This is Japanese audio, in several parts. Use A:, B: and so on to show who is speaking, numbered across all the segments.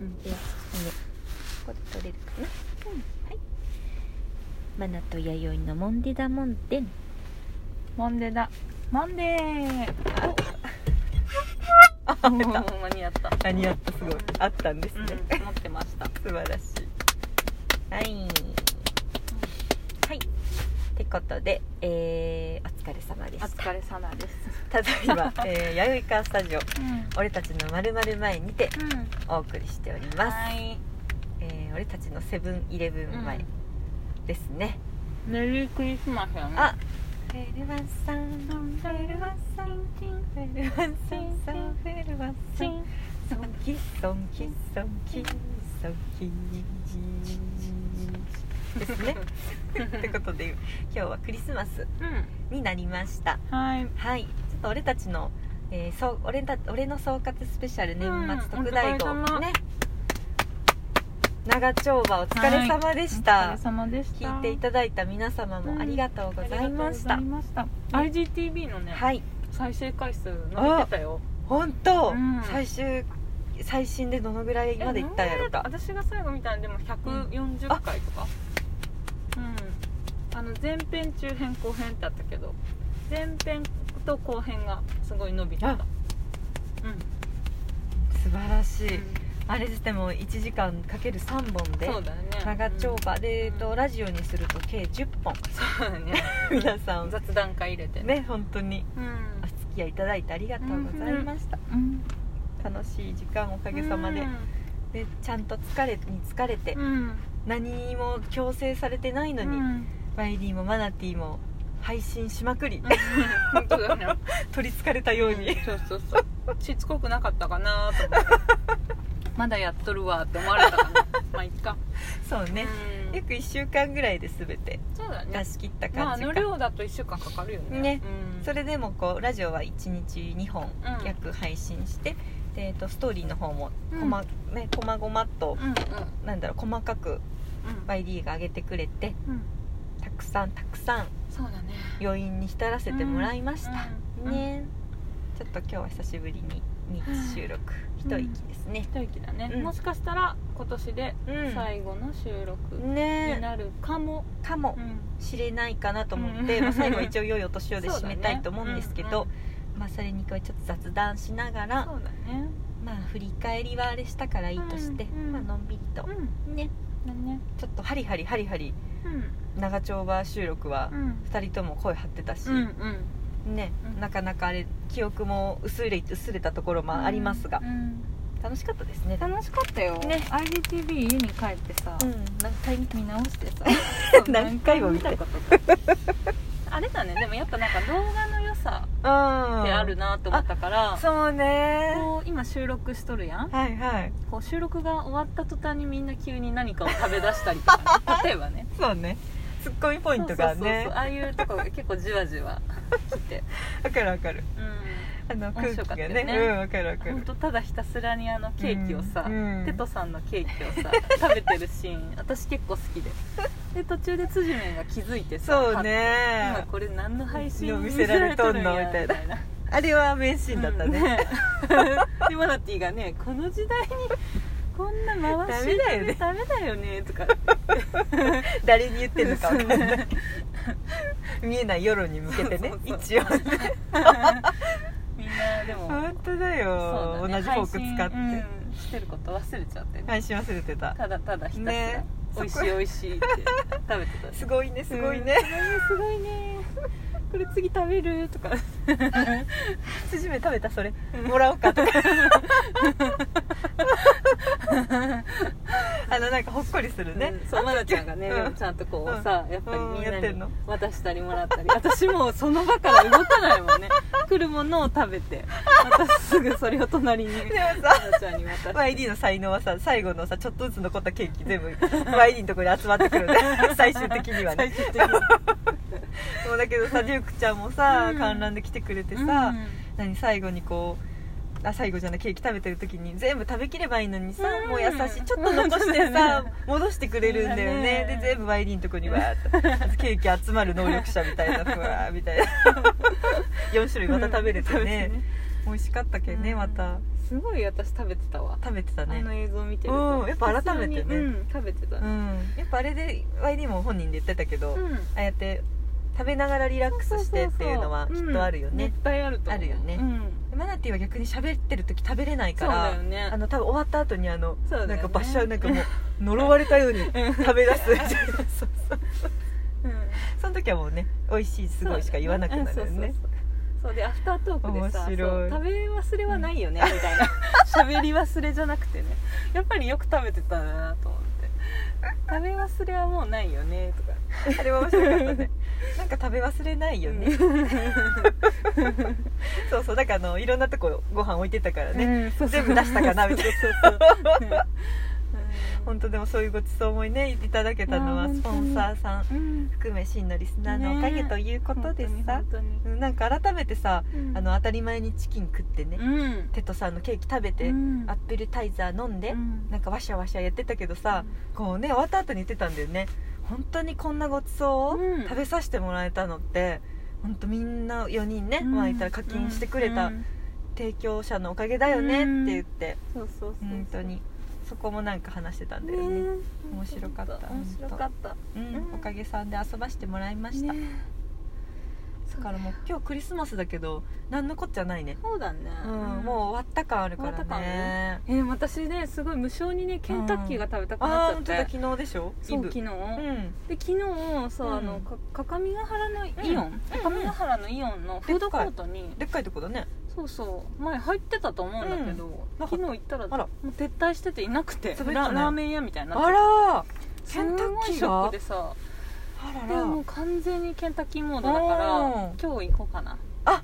A: うんでは上これ取れるかなうんはい「マナと弥生のモンデダモンデン
B: モンデだモンデー」
A: あ
B: おー間に合った
A: 間に合ったすごいあったんです
B: うん
A: ね、
B: 持ってました
A: 素晴らしいはいはいってことで、えー、お疲れ様で
B: お
A: した
B: 疲れ様です
A: ただいま、 えー、弥生川スタジオ
B: うん
A: 俺たちのまるまる前にて
B: うん
A: お送りしております、
B: はい
A: えー、俺たちのセブンイレブン前ですね、
B: メリークリスマスやね
A: あフェルワンさんフェルワンさんフェルワンさんさんフェルワンさ
B: チ
A: ん
B: ン
A: ソンキソンキソンキソンキです ねってことで今日はクリスマス
B: うん
A: になりました
B: はい
A: はいちょっと俺たちの、えー、そう俺た俺の総括スペシャル年末
B: うん
A: 特大号、
B: お疲れ様
A: ね長丁場お疲れ様でした、
B: お疲れ様でした
A: 聞いていただいた皆様もありがとうございました、
B: ありがとうございました IGTV のね
A: はい
B: 再生回数伸びてたよ
A: 本当、
B: うん
A: 最終最新でどのぐらいまでいったんやろ
B: え
A: か
B: なん私が最後見たんでも140回とかうん、あの前編中編後編ってあったけど前編と後編がすごい伸びてた
A: あ
B: うん
A: 素晴らしい、あれでも1時間かける3本で
B: そうだよね
A: 長丁場で、えっ
B: う
A: と
B: ん
A: ラジオにすると計10本
B: そうだ ね
A: 皆さん
B: 雑談会入れて
A: ね本当に
B: うん
A: お付き合いいただいてありがとうございました、
B: うん
A: 楽しい時間おかげさまで,、
B: う
A: でちゃんと疲れに疲れて、
B: んうん
A: 何も強制されてないのに、
B: うん
A: バイリーもマナティーも配信しまくり、
B: 本当だ よね
A: 取りつかれたように、
B: そうそうそうしつこくなかったかなと 思ってまだやっとるわって思われたかなまあいっか
A: そうね、
B: うん
A: 約1週間ぐらいで全て
B: そうだね
A: 出し切った
B: まあ
A: 感
B: あ
A: じ
B: の
A: か、
B: 量だと1週間かかるよね
A: ね
B: うん、
A: それでもこうラジオは1日2本
B: うん
A: 約配信して、でえっとストーリーの方も
B: うん
A: こま、ね、こまごまと、
B: うんうん
A: なんだろう細かく
B: うん
A: バイリーが上げてくれて
B: うん
A: たくさんたくさん
B: そうだね
A: 余韻に浸らせてもらいました、
B: うんうん
A: ねちょっと今日は久しぶりに日収録、一息ですね、
B: 一息だね、
A: うん
B: もしかしたら今年で
A: うん
B: 最後の収録に
A: ね
B: なるかも、
A: かも
B: うん
A: しれないかなと思って、
B: うん
A: まあ、最後は一応良いお年をで締めたいと思うんですけ
B: そう
A: ど
B: だね
A: まあ、それに加えちょっと雑談しながら
B: そうだね
A: まあ振り返りはあれしたからいいとして、
B: うんうん
A: まあのんびりと、
B: うん
A: ね
B: だね
A: ちょっとハリハリハリハリ
B: うん
A: 長丁場収録は
B: うん
A: 2人とも声張ってたし、
B: うんうん
A: ね
B: うん
A: なかなかあれ記憶も薄れ薄れたところもありますが
B: う、ん
A: 楽しかったですね
B: 楽しかったよ、
A: ね
B: IGTV 家に帰ってさ、
A: うん何回見
B: 見直してさ
A: 何回も見て
B: 何回も ことかあれだねでもやっぱなんか動画の良さ
A: てあ
B: ってあるなと思ったから、
A: そうね
B: こう今収録しとるやん
A: はいはい
B: こう収録が終わった途端にみんな急に何かを食べ出したりとか、 ね、例えばね
A: そうねツッコミポイントがね
B: そうそうそうああいうとこが結構じわじわ 来て
A: わかるわかる
B: う
A: あの空
B: 面
A: 気
B: 白か
A: が
B: ったよ
A: ね
B: ね
A: うんわかるわ
B: ん
A: か
B: ほん
A: る
B: とただひたすらにあのケーキをさ、
A: うんうん
B: テトさんのケーキをさ食べてるシー ン私結構好きでで途中で辻面が気づいてさ
A: そう
B: 今
A: ね
B: これ何の配信
A: の見せられとんのみたいな
B: な
A: あれは名シーンだったね、
B: うんでマナティーがねこの時代にこんな回し
A: ダメだよね
B: でダメだよねとか
A: 誰に言ってるのかわかんな い
B: そうね
A: 見えない夜に向けてね
B: そうそう
A: 一応ね
B: みんなでも
A: 本当だよ
B: そうだね
A: 同じフォーク使って、
B: 配信うんしてること忘れちゃってね
A: 配信忘れてた
B: ただただひたすら
A: ね
B: 美味し
A: そ
B: い
A: こ
B: 美味しいって食べてた
A: すごいねすごいね、
B: うんすごいねすごいね これ次食べるとか
A: 縮め食べたそれ もらおう かとかあのなんかほっこりするね、
B: うんそうまなちゃんがね、
A: うん
B: でもちゃんとこうさ、
A: うん
B: やっぱりみん
A: うんや
B: な
A: ってん
B: に
A: の
B: 渡したりもらったり私もうその場から動かない もんね来るものを食べてまたすぐそれを隣に ま
A: でもさ
B: なちゃんに渡して
A: YD の才能はさ最後のさちょっとずつ残ったケーキ全部 YD のところに集まってくるね 最終的には
B: 最
A: ね
B: 終的に
A: そうだけどさデュークちゃんもさ、
B: うん
A: 観覧で来てくれてさ、
B: うん
A: 何最後にこうあ最後じゃないケーキ食べてる時に全部食べきればいいのにさ、
B: うん
A: もう優しいちょっと残して さ、
B: うん
A: 戻してくれるんだ
B: そ
A: よね
B: うだね
A: で全部ワイリンとこにわーっ とケーキ集まる能力者みたいなふわーみたいな4種類また食べれてね美味しかったけどね、
B: うん
A: また
B: すすごい私食べてたわ、
A: 食べてた
B: あ
A: ね
B: の映像見てる
A: うんやっぱ改めてね
B: 普通にうん、食べてた
A: う
B: ね
A: んやっぱあれで YD も本人で言ってたけど、
B: うん、
A: ああやって食べながらリラックスしてっていうのはきっとあるよ
B: うん
A: ね
B: 絶対あると思う
A: あるよね
B: うん、
A: マナティーは逆に喋ってる時食べれない
B: そ
A: か
B: うだよ
A: ら、
B: ね
A: あの多分終わった後にあの、
B: そうだよ
A: なん
B: ね
A: かバッシャーなんかもう呪われたように
B: うん
A: 食べ出 すそうそう
B: うん
A: その時はもうね美味しいすごいしか言わなくなるよね
B: そうそうそうそうでアフタートークでさ
A: 面白い
B: そう食べ忘れはないよね みたいな喋り忘れじゃなくてねやっぱりよく食べてたんだなと思って食べ忘れはもうないよねとか
A: あれは面白かったねなんか食べ忘れないよね、そうそうだからあのいろんなとこご飯置いてたからね、
B: うんそうそう
A: 全部出したかなみたいな
B: そうそうそうそう
A: 本当でもそういうごちそうもねいただけたのはい
B: やー
A: スポンサーさ
B: う
A: ん
B: んうん
A: 含め真のリスナーのおかげということでさ、
B: 本当に
A: うんなんか改めてさ、
B: 本当に
A: あの当たり前にチキン食ってね、
B: うん
A: テトさんのケーキ食べて、
B: うん
A: アップルタイザー飲んで、
B: うん
A: なんかワシャワシャやってたけどさ、こうね終わった後に言ってたんだよね本当にこんなごちそう
B: う
A: を
B: ん
A: 食べさせてもらえたのって、本当みんな4人ね、
B: うん
A: まあいたら課金してくれた
B: うん
A: 提供者のおかげだよねって言って、
B: そうそうそう
A: 本当にそこもなんか話してたんだ
B: ね
A: よね面
B: 面
A: 白かった
B: 面白かった
A: うん
B: うん
A: おかげさんで遊ばしてもらいました、
B: ね
A: だからもう今日クリスマスだけど何のこっちゃないね、
B: そうだね、
A: うんもう終わった感あるから
B: 終わった感
A: ね
B: えー私ねすごい無性にねケンタッキーが食べたく
A: あ
B: な
A: あ
B: っ
A: 本
B: ち
A: 当
B: ゃ
A: だ
B: って、
A: 昨日でしょ
B: そう昨日、
A: うん
B: で昨日そう、
A: うん
B: あのか各務原のイオン
A: うん
B: 各務原のイオンのフードコートに
A: でっかいとこだね
B: そうそう前入ってたと思うんだけど、
A: なかった
B: 昨日行ったら
A: あら
B: もう撤退してていなくて
A: 潰れた
B: ラ
A: ね
B: ラーメン屋みたいになって
A: あら
B: て
A: ケンタッ
B: すごい
A: キーが
B: ショックでさ
A: あら
B: でもう
A: ら
B: 完全にケンタッキーモードだから
A: うん
B: 今日行こうかな
A: あ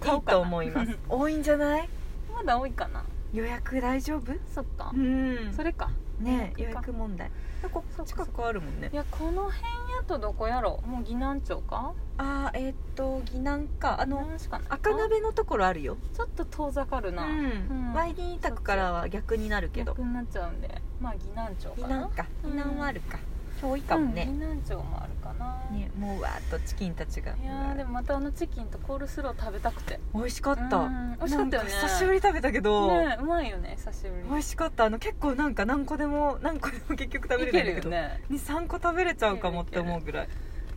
B: 買お
A: い
B: うかな
A: いと思います 多いんじゃない
B: まだ多いかな
A: 予約大丈夫
B: そっか、
A: ん
B: それか
A: ね
B: 予
A: 予
B: 約か
A: 約問題こ
B: そっか
A: 近くあるもんね
B: いやこの辺やとどこやろもう岐南町か
A: あーえーっと岐南かあ
B: あ
A: の
B: しかない
A: 赤鍋のところあるよ
B: ちょっと遠ざかるな、
A: うんワイリン宅からは逆になるけど
B: 逆になっちゃうんでまあ岐南町
A: 避
B: かな
A: 難か
B: うん
A: 避難はあるか遠いかも
B: うん
A: ね,、
B: 岐南町もあるかな、
A: ねもうわーっとチキンたちが
B: いやーでもまたあのチキンとコールスロー食べたくて
A: 美味しかった、
B: うん美味しかったよね
A: なん久しぶりに食べたけど、
B: ねうまいよね久しぶり
A: 美味しかったあの結構なんか何個でも何個でも結局食
B: い
A: べれな
B: け
A: いんだ
B: るよ
A: けど、
B: ね
A: 23個食べれちゃうかもっ
B: いけ
A: て
B: るいける
A: 思うぐらい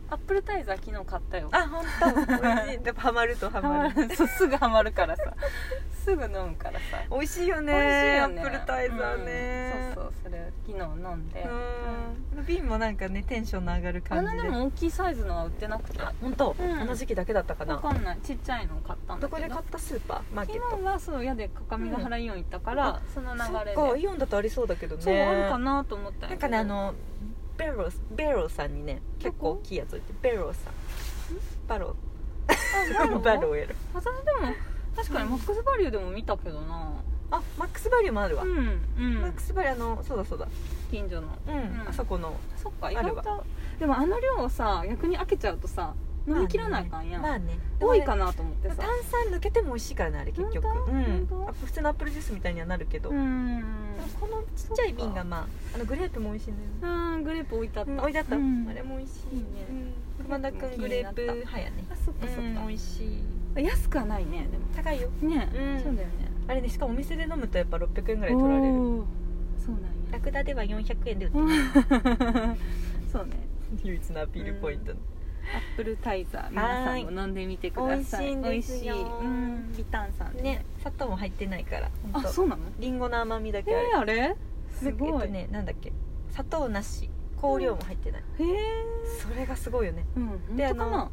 B: アップルタイザー昨日買ったよ
A: あ本当美味しいやっぱハマるとハ
B: ハ
A: マ
B: マ
A: る
B: る そうすぐハマるからさすぐ飲むからさ
A: 美味しいよね
B: 美味しいよ
A: アップルタイザーね、
B: うんそうそうそれ昨日飲んで、
A: うん瓶もなんかねテンションの上がる
B: あ
A: 感じ
B: の
A: で
B: でも大きいサイズのは売ってなくて
A: 本当、
B: うん
A: あの時期だけだったかな
B: わかんないちっちゃいのを買ったんだ
A: ど
B: けど
A: こで買ったスーパーマーケット
B: 昨日はそうやで各務原イオン行ったから、その流れで
A: そっ
B: そ
A: かイオンだとありそうだけどね
B: うあるかなと思った
A: なん
B: やけ
A: か
B: ど
A: ねあのベロスベロさんにね結構大きいやつ置いてベロさんバロ
B: あ
A: ーバローやろ
B: 私でも確かにマックスバリューでも見たけどな
A: あマックスバリューもあるわ、
B: うんうん
A: マックスバリューあのそうだそうだ
B: 近所の
A: うん、
B: ん
A: あそこの
B: そっか意
A: ある
B: 外
A: わ
B: とでもあの量をさ逆に開けちゃうとさ飲みきらないかんやん、
A: まあね
B: 多いか
A: な
B: なと思ってさ
A: 炭酸抜けても美味しいからねあれ結局
B: 本当
A: うん
B: 本当
A: あ普通のアップルジュースみたいにはなるけど、
B: うん
A: このちっちゃい瓶がまああのグレープも美味しいんだよね
B: うんグレープ置いてあった、
A: うん置いてあった、
B: うん
A: あれも美味しい
B: いいね
A: うん熊田君グレープ派やね
B: あそっかそっ
A: うん
B: か、
A: 美味しい
B: 安くはないねでも
A: 高いよ
B: ね、
A: うん
B: そうだよね
A: あれねしかもお店で飲むとやっぱ600円ぐらい取られる
B: おーそうなんや
A: ラクダでは400円で売 って
B: う
A: る
B: んそうね
A: 唯一のアピールポイント、
B: アップルタイザー皆さんも飲んでみてください
A: はい美味しいんですよ
B: 美味しいうん微炭酸で
A: ね砂糖も入ってないからほん
B: あ
A: と
B: そうなの
A: リンゴの甘みだ
B: え
A: けある、
B: ー、あれす
A: え
B: ご
A: っ
B: い、
A: とねなんだっけ砂糖なし香料も入ってない、
B: へえ
A: それがすごいよね
B: うん本当
A: で
B: か
A: あ
B: な
A: の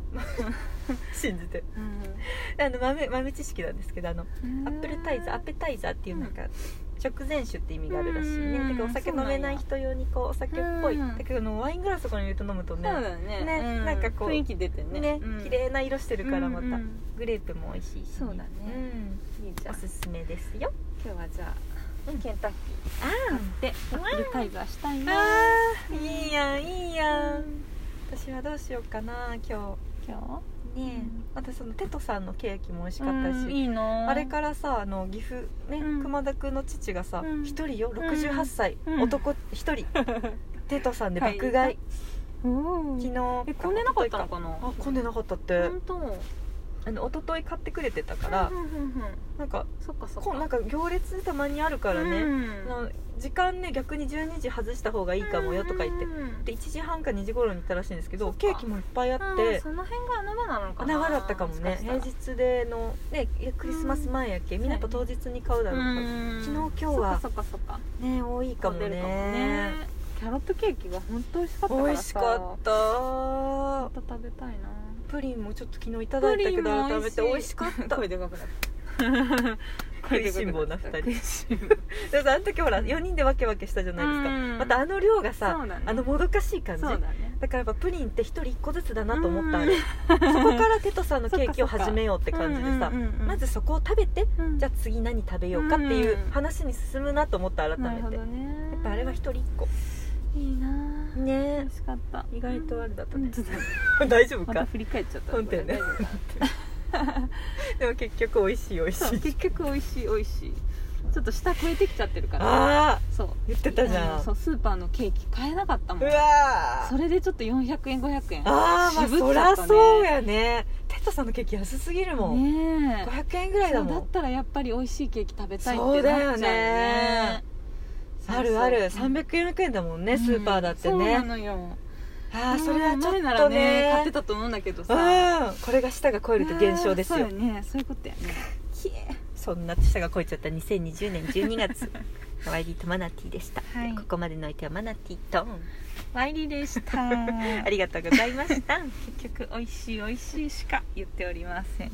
A: 信じて
B: うん
A: あの豆豆知識なんですけどあのアップルタイザーアッペタイザーっていうなんか、食前酒って意味があるらしいね、
B: うん
A: だからお酒飲めない人用にこうお酒っぽい、
B: うん
A: だけどあのワイングラスとかに入れて飲むとね
B: そうだよね
A: ね
B: う
A: なんかこう
B: 雰囲気出てね
A: ね
B: うん
A: 綺麗な色してるからまた、
B: うんうん
A: グレープも美味しいし、
B: そうだね
A: うん
B: いいじゃ
A: お
B: ん
A: すすめですよ
B: 今日はじゃあ、
A: うん
B: ケンタッキ
A: あ
B: ーでアップルタイザーしたい
A: ー
B: な
A: あーいいやんいいやん私はどうしようかな今
B: 今
A: 日ねえ、
B: うん
A: またそのテトさんのケーキも美味し
B: 日
A: かったし、
B: うんいいの
A: あれからさあの岐阜ね、
B: うん
A: 熊田君の父がさ
B: うん
A: 一、人よ68歳、
B: うん
A: 男一 人テトさんで爆
B: 買い
A: 買い
B: うん
A: 昨日
B: え混んでなかったのかな
A: あ混んでなかったって
B: 本当
A: あの一昨日買ってくれてたから
B: うんうんうんうん
A: なんか
B: そっかそっ
A: こ
B: か
A: うなんか行列たまにあるから
B: う
A: ね、
B: ん
A: あの時間ね逆に12時外した方がいいかもよとか言って
B: うんうんうん
A: で1時半か2時頃に行ったらしいんですけ
B: そ
A: ど
B: っか
A: ケーキもいっぱいあっ
B: うん
A: て
B: その辺が穴場なのかな
A: 穴場だったかもね
B: しした
A: 平
B: ら
A: 日での、ね、いやクリスマス前やっけみんなやっぱ当日に買うだろうから、
B: うん
A: 昨日今日は
B: そっかそっかそっか
A: ね多いかもね
B: 混んでるかもねキャロットケーキが本当美味しかったからさ
A: 美味しかっ
B: ま
A: た
B: た食べたいな
A: プリンもちょっと昨日いただいたけど改めて美味しか った
B: 声でかくなった
A: 食いしん坊な二人
B: 食いしん坊
A: でもさあの時ほら4人でワケワケしたじゃないですか、
B: うん
A: またあの量が
B: そ
A: さ、
B: うだね
A: あのもどかしい感じ
B: そうだ
A: だ
B: ね
A: からやっぱプリンって1人1個ずつだなと思ったあれ
B: うん
A: そこからテトさんのケーキを
B: そっかそっか
A: 始めようって感じでさ
B: うんうんうんうん
A: まずそこを食べて
B: うん
A: じゃあ次何食べようかっていう
B: うん
A: 話に進むなと思った改
B: な
A: め
B: るほ
A: て
B: ど
A: やっ
B: ね
A: ぱあれは1人1個
B: いいなあ美
A: ね
B: 味しかった
A: 意外とあれだったね
B: うんちょっと
A: 大丈夫
B: また
A: か
B: 振り返っちゃった
A: 本当やね
B: これ大丈夫か
A: でも結局美味しい美味し
B: そう
A: い
B: 結局美味しい美味しいちょっと舌超えてきちゃってるから
A: ああ
B: そう
A: 言ってたじゃ
B: あの
A: ん
B: そうスーパーのケーキ買えなかった
A: う
B: もん
A: わ
B: それでちょっと400円500円
A: ああま
B: 渋っ
A: あ
B: ちゃ
A: そ
B: っ
A: り
B: た
A: ゃ
B: ね
A: そうやねテッドさんのケーキ安すぎるもん、
B: ねえ
A: 500円ぐらいだ
B: そうだ
A: も
B: っ
A: ん
B: たらやっぱり美味しいケーキ食べたいって
A: そうだよ
B: なっちゃ
A: ね
B: うねそうそう
A: あるある
B: うん
A: 300円400円だもんね、
B: うん
A: スーパーだって
B: そうな
A: ね
B: のよ
A: ああそれはちょ
B: 前な
A: っ
B: ら
A: と
B: ね買っ
A: ね
B: てたと思うんだけどさ
A: うんこれが舌が超えるって現象です
B: そ
A: よ
B: うよねそういうこと やね
A: きえそんな舌が超えちゃった2020年12月 ワイリーとマナティーでした、
B: はい
A: ここまでの相手はマナティーと
B: ワイリでした
A: ありがとうございました
B: 結局美味しい美味しいしか言っておりません